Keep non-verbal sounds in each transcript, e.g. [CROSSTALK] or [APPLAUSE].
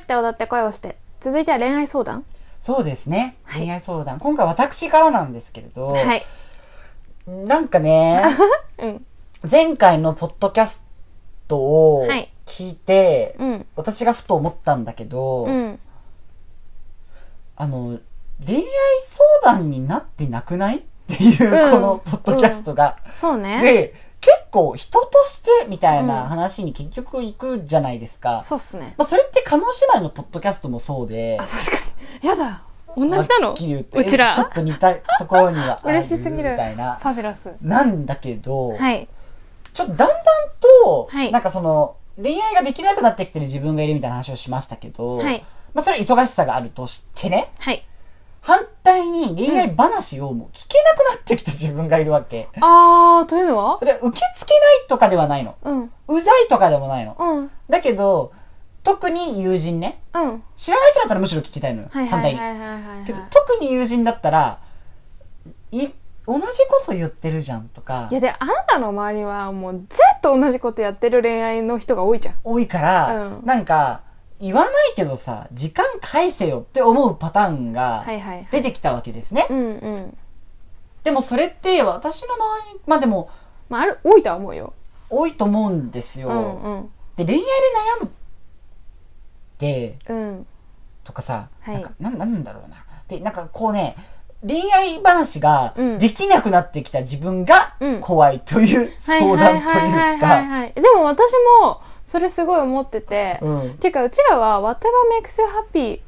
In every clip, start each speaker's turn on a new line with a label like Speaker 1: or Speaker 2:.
Speaker 1: って踊って声をして続いては恋愛相談
Speaker 2: そうですね。恋愛相談。今回私からなんですけれど、
Speaker 1: はい
Speaker 2: なん
Speaker 1: [LAUGHS]
Speaker 2: かね、
Speaker 1: うん
Speaker 2: 前回のポッドキャストを
Speaker 1: はい
Speaker 2: 聞いて、
Speaker 1: うん
Speaker 2: 私がふと思ったんだけど、
Speaker 1: うん
Speaker 2: あの、恋愛相談になってなくないっていう、
Speaker 1: うん
Speaker 2: このポッドキャストが。
Speaker 1: そうね
Speaker 2: で、結構人としてみたいな
Speaker 1: うん
Speaker 2: 話に結局行くじゃないですか。
Speaker 1: そうっすね
Speaker 2: まあ、それって叶姉妹のポッドキャストもそうで
Speaker 1: あ、確かにやだ同じな
Speaker 2: は
Speaker 1: の
Speaker 2: っきり言って
Speaker 1: うちら
Speaker 2: ちょっと似たところにはある
Speaker 1: 嬉
Speaker 2: み
Speaker 1: しすぎる
Speaker 2: たいな
Speaker 1: フ。ァビュラス
Speaker 2: なんだけど、
Speaker 1: はい
Speaker 2: ちょっとだんだんと、
Speaker 1: はい
Speaker 2: なんかその、恋愛ができなくなってきてる自分がいるみたいな話をしましたけど、
Speaker 1: はい
Speaker 2: まあそれは忙しさがあるとしてね、
Speaker 1: はい
Speaker 2: 反対に恋愛話をもう聞けなくなってきた自分がいるわけ。
Speaker 1: あーというのは
Speaker 2: それは受け付けないとかではないの。
Speaker 1: うん
Speaker 2: うざいとかでもないの。
Speaker 1: うん
Speaker 2: だけど、特に友人ね。
Speaker 1: うん
Speaker 2: 知らない人だったらむしろ聞きたいのよ。
Speaker 1: はい
Speaker 2: 反
Speaker 1: は
Speaker 2: 対
Speaker 1: い
Speaker 2: に
Speaker 1: は。いはいはい
Speaker 2: けど
Speaker 1: は
Speaker 2: 特に友人だったら、い、同じこと言ってるじゃんとか
Speaker 1: いいや、であなたの周りはもうずっと同じことやってる恋愛の人が多いじゃん
Speaker 2: 多いから、
Speaker 1: うん
Speaker 2: なんか、言わないけどさ、時間返せよって思うパターンが
Speaker 1: はいはい
Speaker 2: 出てきたわけですね。
Speaker 1: うんうん
Speaker 2: でもそれって私の周りに、まあでも
Speaker 1: まあある多いとは思うよ
Speaker 2: 多いと思うんですよ。
Speaker 1: うんうん
Speaker 2: で、恋愛で悩むって、
Speaker 1: うん
Speaker 2: とかさ、
Speaker 1: はい
Speaker 2: なんかなん、なんだろうな。で、なんかこうね、恋愛話が
Speaker 1: うん
Speaker 2: できなくなってきた自分が
Speaker 1: うん
Speaker 2: 怖いという相談と
Speaker 1: ははは
Speaker 2: いう
Speaker 1: はは
Speaker 2: か、
Speaker 1: はいはいでも私もそれすごい思ってて、
Speaker 2: うん。
Speaker 1: ていうかうちらは「Whatever makes you happy」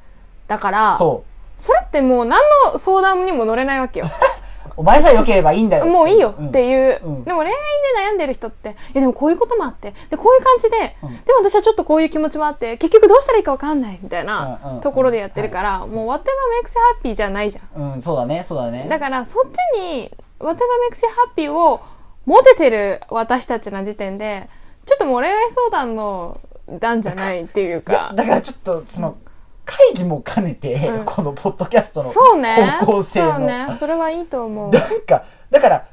Speaker 1: だから
Speaker 2: そ
Speaker 1: それってもう何の相談にも乗れないわ
Speaker 2: [LAUGHS]
Speaker 1: けよ
Speaker 2: う。お前さえ良ければいいんだよ。
Speaker 1: もういいよ
Speaker 2: ん
Speaker 1: っていう、
Speaker 2: うん
Speaker 1: でも恋愛で悩んでる人っていやでもこういうこともあってでこういう感じで、
Speaker 2: うん
Speaker 1: でも私はちょっとこういう気持ちもあって結局どうしたらいいか分かんないみたい
Speaker 2: うんうんう
Speaker 1: なんところでやってるから、もう「Whatever makes you happy」じゃないじゃん
Speaker 2: うん、そうだね、そうだね。
Speaker 1: だからそっちに「Whatever makes you happy」を持ててる私たちの時点でちょっともう恋愛相談の段じゃないっていう
Speaker 2: いや
Speaker 1: か
Speaker 2: だからちょっとその会議も兼ねて、
Speaker 1: うん
Speaker 2: このポッドキャストの
Speaker 1: そうね
Speaker 2: 方向性
Speaker 1: そう
Speaker 2: も、
Speaker 1: ねそれはいいと思う
Speaker 2: なんかだから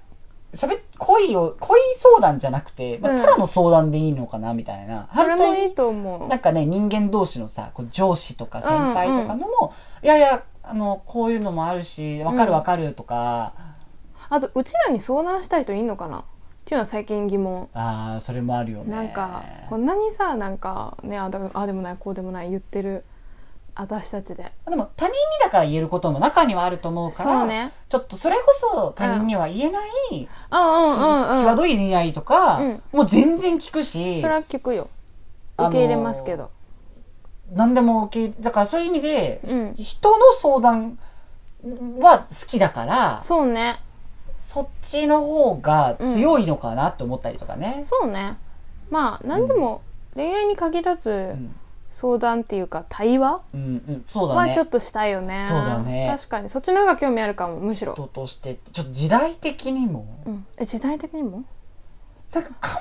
Speaker 2: 喋っ恋を恋相談じゃなくて、まあ
Speaker 1: うん
Speaker 2: ただの相談でいいのかなみたいな
Speaker 1: それも
Speaker 2: 反対
Speaker 1: いい
Speaker 2: に
Speaker 1: と思う
Speaker 2: なんかね人間同士のさこう上司とか先輩とかのも、いやいやあのこういうのもあるしわかるわかるとか、
Speaker 1: あとうちらに相談したい人いんのかなっていうのは最近疑問
Speaker 2: ああそれもあるよね
Speaker 1: なんかこんなにさなんかねあだあでもないこうでもない言ってる私たちで
Speaker 2: でも他人にだから言えることも中にはあると思うから
Speaker 1: そうね
Speaker 2: ちょっとそれこそ他人には言えない、
Speaker 1: うんうんうんう
Speaker 2: 際
Speaker 1: ん
Speaker 2: どい恋愛とか、
Speaker 1: うん
Speaker 2: もう全然聞くし
Speaker 1: それは聞くよ
Speaker 2: あの
Speaker 1: 受け入れますけど、
Speaker 2: 何でも受けだからそういう意味で、
Speaker 1: うん
Speaker 2: 人の相談は好きだから
Speaker 1: そうね
Speaker 2: そっちの方が強いのかなって思ったりとかね。
Speaker 1: そうねまあ何でも恋愛に限ら
Speaker 2: う
Speaker 1: ず
Speaker 2: ん
Speaker 1: 相談っていうか対話
Speaker 2: うんうん、そうだ
Speaker 1: は
Speaker 2: ね
Speaker 1: ちょっとしたいよね
Speaker 2: そうだね
Speaker 1: 確かにそっちの方が興味あるかもむしろ、
Speaker 2: 人としてってちょっと時代的にも
Speaker 1: うん、え時代的にも
Speaker 2: だからあんま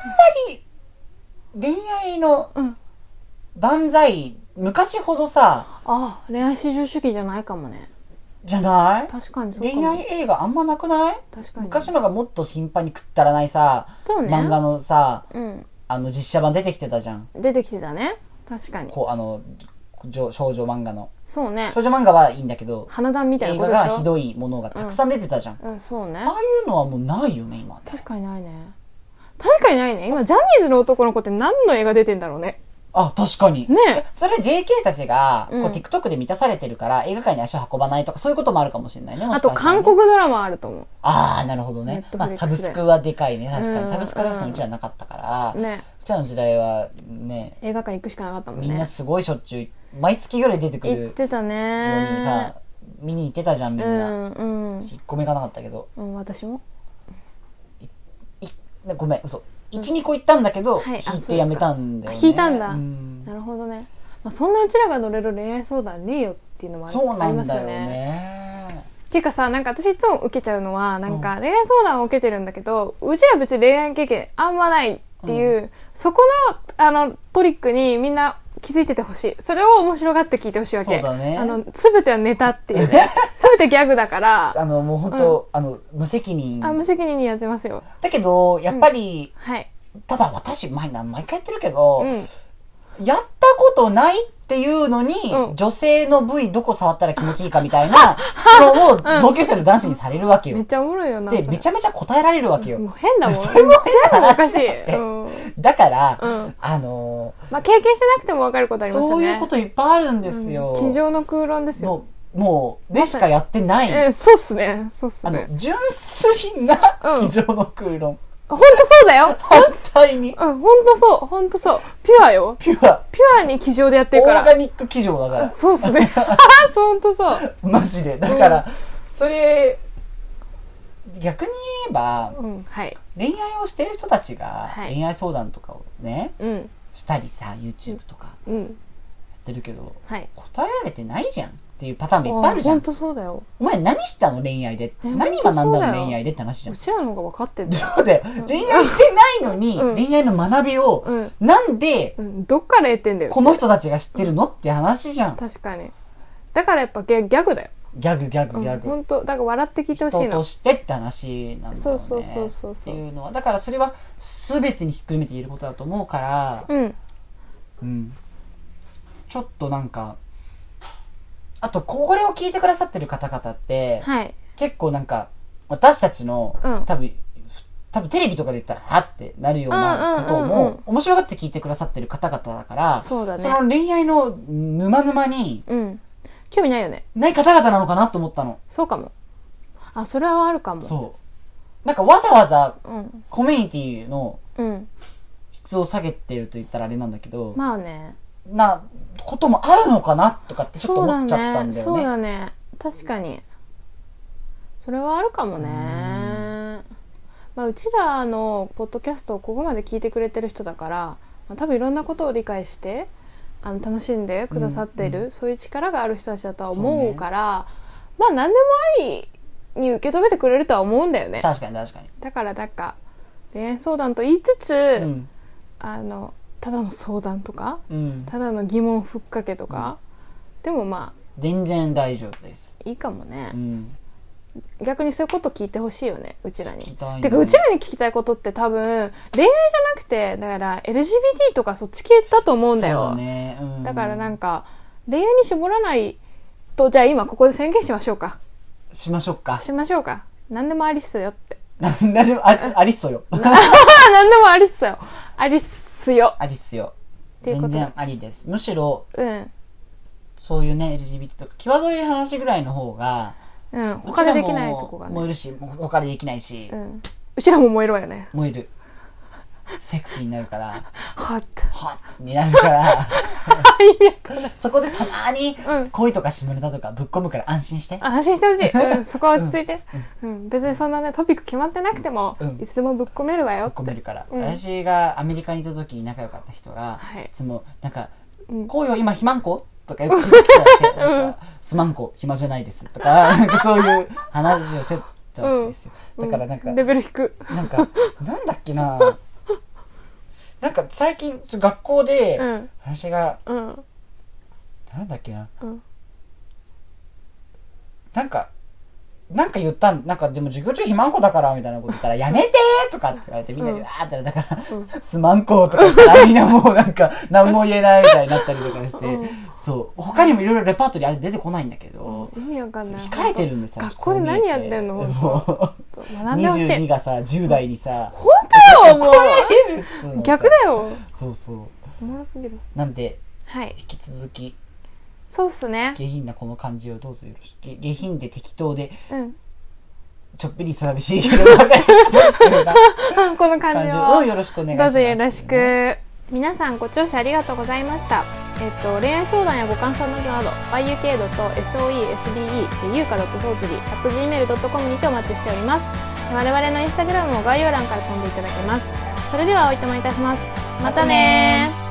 Speaker 2: り恋愛の
Speaker 1: うん
Speaker 2: 万歳昔ほどさ
Speaker 1: あ恋愛至上主義じゃないかもね
Speaker 2: じゃない
Speaker 1: 確かにそうかも
Speaker 2: 恋愛映画あんまなくない
Speaker 1: 確かに
Speaker 2: 昔のがもっと頻繁にくったらないさ、
Speaker 1: そうね
Speaker 2: 漫画のさ
Speaker 1: うん
Speaker 2: あの実写版出てきてたじゃん。
Speaker 1: 出てきてたね確かに
Speaker 2: こう、あの、じょ少女漫画の。
Speaker 1: そうね
Speaker 2: 少女漫画はいいんだけど、
Speaker 1: 花壇みたいな
Speaker 2: 映
Speaker 1: こ
Speaker 2: 画
Speaker 1: とでし
Speaker 2: が
Speaker 1: ょ
Speaker 2: ひどいものがたくさん出てたじゃん。
Speaker 1: うんそうね
Speaker 2: ああいうのはもうないよね、今ね。
Speaker 1: 確かにないね確かにないね今ジャニーズの男の子って何の映画出てんだろうね
Speaker 2: あ、確かに。
Speaker 1: ねえ
Speaker 2: えそれ JK たちが、こう
Speaker 1: うん
Speaker 2: TikTok で満たされてるから、映画館に足を運ばないとか、そういうこともあるかもしれないね、も
Speaker 1: あ
Speaker 2: しか
Speaker 1: と
Speaker 2: したらね
Speaker 1: 韓国ドラマあると思
Speaker 2: ああ、なるほどね。まあ、
Speaker 1: Netflix で
Speaker 2: サブスクはでかいね、確か
Speaker 1: う
Speaker 2: に。
Speaker 1: ん
Speaker 2: サブスクは確かにうちらなかったから、
Speaker 1: う
Speaker 2: う
Speaker 1: ね
Speaker 2: ちらの時代はね、
Speaker 1: 映画館行くしかなかったもんね
Speaker 2: みんなすごいしょっちゅう、毎月ぐらい出てくるの
Speaker 1: 行ってたね
Speaker 2: にさ、見に行ってたじゃん、み
Speaker 1: うん
Speaker 2: な。
Speaker 1: んうん、
Speaker 2: 一個目行かなかったけど。
Speaker 1: うん、私も
Speaker 2: いねごめん嘘12個行ったんだけど、
Speaker 1: はいあ
Speaker 2: 引いてやめたんだよ、ね、
Speaker 1: そうですかあ引いたんだ
Speaker 2: う
Speaker 1: なるほどね、まあ、そんなうちらが乗れる恋愛相談ねえよっていうのもあり
Speaker 2: そうな
Speaker 1: ありま
Speaker 2: ん
Speaker 1: す
Speaker 2: だ
Speaker 1: よ
Speaker 2: よ
Speaker 1: ね
Speaker 2: ね
Speaker 1: っていうかさなんか私いつも受けちゃうのはなんか恋愛相談を受けてるんだけど、うちら別に恋愛経験あんまないっていう、そこのあのトリックにみんな気づいててほしいそれを面白がって聞いてほしいわけ
Speaker 2: そうだね
Speaker 1: あの全てはネタっていう
Speaker 2: [LAUGHS]
Speaker 1: ね全てギャグだから
Speaker 2: あのもう本当、あの無責任
Speaker 1: あ無責任にやってますよ
Speaker 2: だけどやっぱり、
Speaker 1: はい
Speaker 2: ただ私毎毎回言ってるけど、
Speaker 1: うん
Speaker 2: やったことないっっていうのに、
Speaker 1: うん
Speaker 2: 女性の部位どこ触ったら気持ちいいかみた
Speaker 1: [LAUGHS]
Speaker 2: いな質問を同級生の男子にされるわけよ。
Speaker 1: めっちゃおもろいよな。
Speaker 2: で、
Speaker 1: それ
Speaker 2: めちゃめちゃ答えられるわけよ。
Speaker 1: もう変だもん。
Speaker 2: [LAUGHS] それも変な
Speaker 1: おか
Speaker 2: 話
Speaker 1: し
Speaker 2: だ
Speaker 1: い。
Speaker 2: って
Speaker 1: うん。うん。
Speaker 2: だから、あの
Speaker 1: まあ、経験してなくても分かることあ
Speaker 2: ー、
Speaker 1: りますよね。
Speaker 2: そういうこといっぱいあるんですよ。
Speaker 1: うん机上の空論ですよ。
Speaker 2: もう、もう、でしかやってない。
Speaker 1: え、そうっすね。そうっす
Speaker 2: あ
Speaker 1: ね。
Speaker 2: の、純粋な
Speaker 1: うん
Speaker 2: 机上の空論。
Speaker 1: ほんとそうだよ。
Speaker 2: 反対に、
Speaker 1: うん、ほんとそう。ほんとそう。ピュアよ。
Speaker 2: ピュア、
Speaker 1: ピュアに気上でやって
Speaker 2: オ
Speaker 1: るか
Speaker 2: ーガ
Speaker 1: ら。
Speaker 2: ニック机上だから。
Speaker 1: そうっす
Speaker 2: [LAUGHS]
Speaker 1: ね。 [LAUGHS] ほんとそう。
Speaker 2: マジで。だから、それ、逆に言えば、
Speaker 1: うん、はい。
Speaker 2: 恋愛をしてる人たちが、
Speaker 1: はい
Speaker 2: 恋愛相談とかをね、
Speaker 1: うん、
Speaker 2: したりさ、YouTube とかや
Speaker 1: うん、
Speaker 2: ってるけど、
Speaker 1: はい。
Speaker 2: 答えられてないじゃんっていうパターンがいっぱいあるじゃ
Speaker 1: ほん
Speaker 2: ん。
Speaker 1: とそうだよ。
Speaker 2: お前何したの恋愛でって。
Speaker 1: え
Speaker 2: 何が何
Speaker 1: ほんとそうだ
Speaker 2: だの
Speaker 1: よ
Speaker 2: 恋愛でって話じゃん
Speaker 1: う。ちらの方が分かってんだよ。
Speaker 2: そうだよ。恋愛してないのに、
Speaker 1: うん
Speaker 2: 恋愛の学びを、
Speaker 1: うん、
Speaker 2: なんで、
Speaker 1: うん。どっから得てんだよ。
Speaker 2: この人たちが知ってるのって話じゃん。
Speaker 1: 確かに。だからやっぱギャギャグだよ。
Speaker 2: ギャグギャグギャ
Speaker 1: うん、
Speaker 2: グ。
Speaker 1: ほんと。だから笑って聞いて
Speaker 2: 人
Speaker 1: ほしい
Speaker 2: と
Speaker 1: の。
Speaker 2: してって話なんだよね。
Speaker 1: そうそうそうそう
Speaker 2: っ
Speaker 1: そ
Speaker 2: て
Speaker 1: う
Speaker 2: いうのは。だからそれは全てにひっくるめて言えることだと思うから、
Speaker 1: うん、
Speaker 2: うん。ちょっとなんか、あと、これを聞いてくださってる方々って、
Speaker 1: はい。
Speaker 2: 結構なんか、私たちの、
Speaker 1: うん
Speaker 2: 多分、多分テレビとかで言ったら、はってなるようなこと
Speaker 1: うんうんうんう
Speaker 2: も
Speaker 1: ん、
Speaker 2: 面白がって聞いてくださってる方々だから、
Speaker 1: そうだね
Speaker 2: その恋愛の沼沼に
Speaker 1: うん。興味ないよね。
Speaker 2: ない方々なのかなと思ったの。
Speaker 1: そうかも。あ、それはあるかも。
Speaker 2: そう。なんかわざわざ
Speaker 1: うん。
Speaker 2: コミュニティの
Speaker 1: うん。
Speaker 2: 質を下げてると言ったらあれなんだけど、
Speaker 1: まあね。
Speaker 2: な、こともあるのかなとかってちょっと
Speaker 1: そうだ
Speaker 2: 思っちゃったん
Speaker 1: ね。
Speaker 2: だ
Speaker 1: そ
Speaker 2: よ
Speaker 1: うだ
Speaker 2: ね。
Speaker 1: ね。確かに。それはあるかもね。まあ、うちらのポッドキャストをここまで聞いてくれてる人だから、まあ、多分いろんなことを理解してあの楽しんでくださってる、
Speaker 2: うんう
Speaker 1: そういう力がある人たちだとは
Speaker 2: そう
Speaker 1: 思
Speaker 2: ね
Speaker 1: うからまあ何でもありに受け止めてくれるとは思うんだよね。
Speaker 2: 確かに確かに。
Speaker 1: だからなんか恋愛相談と言いつつ、
Speaker 2: うん。
Speaker 1: あのただの相談とか
Speaker 2: うん。
Speaker 1: ただの疑問ふっかけとか、でもま
Speaker 2: 全然大丈夫です。
Speaker 1: あいいかもね
Speaker 2: う、ん。
Speaker 1: 逆にそういうこと聞いてほしいよねうちらに
Speaker 2: 聞きたいね
Speaker 1: てかうちらに聞きたいことって多分恋愛じゃなくてだから LGBT とかそっち系だと思うんだよ
Speaker 2: そうだね。うん。
Speaker 1: だからなんか恋愛に絞らないとじゃあ今ここで宣言しましょうか
Speaker 2: しましょうか。
Speaker 1: しましょうか何でもありっすよって
Speaker 2: なんでもあありっすよ。
Speaker 1: あ何でもありっすよありっすよ
Speaker 2: ありっすよ。
Speaker 1: ていうこ
Speaker 2: 全
Speaker 1: と
Speaker 2: 然ありです。むしろ、
Speaker 1: うん
Speaker 2: そういうね、LGBT とか、際どい話ぐらいの方が、
Speaker 1: うん他でできないう
Speaker 2: ちら
Speaker 1: と
Speaker 2: も
Speaker 1: こがね
Speaker 2: 燃えるし、もう他でできないし
Speaker 1: う、んうちらも燃えるわよね
Speaker 2: 燃える。セクシーになるから、
Speaker 1: はっ
Speaker 2: ホッになるから、
Speaker 1: [LAUGHS] 意味わかんない
Speaker 2: そこでたまに
Speaker 1: うん
Speaker 2: 恋とか下ネタとかぶっ込むから安心して。
Speaker 1: 安心してほしい、うん、
Speaker 2: [LAUGHS]
Speaker 1: そこは落ち着いて、うん別にそんなねトピック決まってなくても、
Speaker 2: うん
Speaker 1: いつでもぶっ込めるわよ
Speaker 2: ぶっ
Speaker 1: って
Speaker 2: 込めるから、
Speaker 1: うん
Speaker 2: 私がアメリカにいた時に仲良かった人が、、
Speaker 1: はいい
Speaker 2: つもなんか
Speaker 1: う
Speaker 2: 「
Speaker 1: ん
Speaker 2: こうよ今肥満子?」とかよく聞いてきて「なんかすまん子暇じゃないです」
Speaker 1: [LAUGHS]
Speaker 2: とかなんかそういう話をしてたわけですよ、だからなんか、
Speaker 1: うレベル低く
Speaker 2: なんかなんだっけななんか最近ちょ学校で、
Speaker 1: うん
Speaker 2: 私が
Speaker 1: うん
Speaker 2: なんだっけな
Speaker 1: うん
Speaker 2: なんかなんか言ったん、なんかでも授業中肥満子だからみたいなこと言ったら、やめてーとかって言われてみんなで
Speaker 1: うん
Speaker 2: わーってなったから、
Speaker 1: うん
Speaker 2: すまんこうとか言ったらみんなもうなんか何も言えないみたいになったりとかして、
Speaker 1: うん
Speaker 2: そう他にもいろいろレパートリーあれ出てこないんだけど、
Speaker 1: 意味わかんない
Speaker 2: 控えてるんですよ
Speaker 1: 学校で何やってんの
Speaker 2: も
Speaker 1: ちょっと
Speaker 2: う
Speaker 1: 学んでほしい
Speaker 2: 22がさ10代にさ
Speaker 1: 本当よも
Speaker 2: 入るっつうの
Speaker 1: う逆だよ
Speaker 2: そうそ
Speaker 1: おもろすぎる
Speaker 2: うなんで
Speaker 1: はい
Speaker 2: 引き続き
Speaker 1: そうっすね
Speaker 2: 下品なこの感じをどうぞよろしく下品で適当で
Speaker 1: うん [LAUGHS]
Speaker 2: ちょっぴり寂しいけど分かりやすいような
Speaker 1: あこの感
Speaker 2: 感
Speaker 1: じ
Speaker 2: じ
Speaker 1: を
Speaker 2: をよろしくお願いし
Speaker 1: ど
Speaker 2: ま
Speaker 1: う
Speaker 2: す
Speaker 1: ぞよろしく皆さんご聴取ありがとうございました、えっと、恋愛相談やご感想などなど yuk.soesbe ゆうか .souzuri.gmail.com にてお待ちしております我々のインスタグラムも概要欄から飛んでいただけますそれではおいとまいたしますまたねー